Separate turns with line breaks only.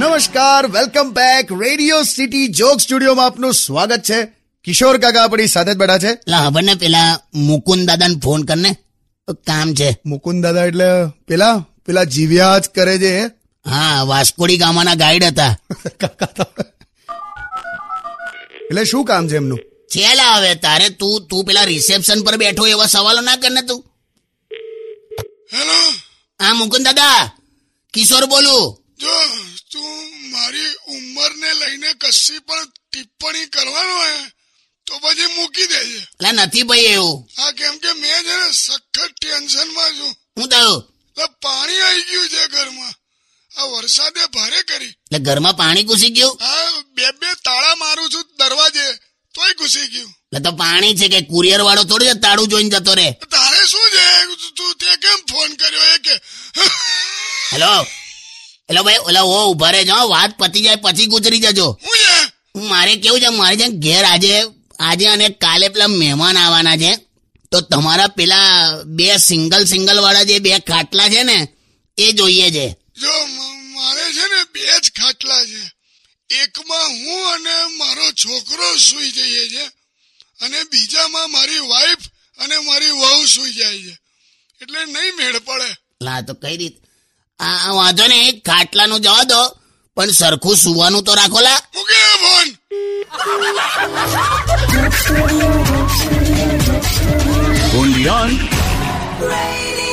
નમસ્કાર welcome back Radio City joke સ્ટુડિયોમાં આપનું સ્વાગત છે કિશોર કાકા આપણી સાથે જ બેઠા છે
લા ખબર ને પેલા મુકુંદ દાદાને ફોન કરને કામ છે
મુકુંદ દાદા એટલે પેલા પેલા જીવ્યા જ કરે છે એ?
હા વાસ્કોડી ગામના ગાઈડ હતા
કાકા તો એટલે શું કામ છે એમનું
છેલા હવે તારે તું તું પેલા રિસેપ્શન પર બેઠો એવા સવાલો ના કર ને તું
હેલો
હા મુકુંદ દાદા કિશોર બોલું
જો તું મારી ઉંમરને લઈને કશી પણ ટિપ્પણી કરવાનો હે તો પછી મૂકી દેજે
એટલે નથી ભાઈ એવું
આ કેમ કે મેં છે ને સખત ટેન્શનમાં છું
શું થયું
એટલે પાણી આવી ગયું છે ઘરમાં આ વરસાદે ભારે કરી
એટલે ઘરમાં પાણી ઘૂસી ગયું
આ બે બે તાળા મારું છું દરવાજે તોય ઘૂસી ગયું
એટલે તો પાણી છે કે કુરિયર વાળો થોડી છે તાળું જોઈને જતો રે
તારે શું છે તું તે કેમ ફોન કર્યો એ કે
હેલો હેલો ભાઈ ઓલા ઓ ઉભા રહેજો હો, વાત પતી જાય પછી ગુજરી જજો
હું છે
મારે કેવું છે મારે છે ને ઘેર આજે આજે અને કાલે પેલા મહેમાન આવવાના છે તો તમારા પેલા બે સિંગલ સિંગલ વાળા જે બે ખાટલા છે ને એ જોઈએ છે
જો મ- મારે છે ને બે જ ખાટલા છે એકમાં હું અને મારો છોકરો સૂઈ જઈએ છે અને બીજામાં મારી વાઈફ અને મારી વહુ સૂઈ જાય છે એટલે નહીં મેળ પડે
લા તો કઈ રીત આ આ વાંધો ને ખાટલાનું જવા દો પણ સરખું સુવાનું તો રાખો લા
મૂકે આ ફોન
Undian
Radio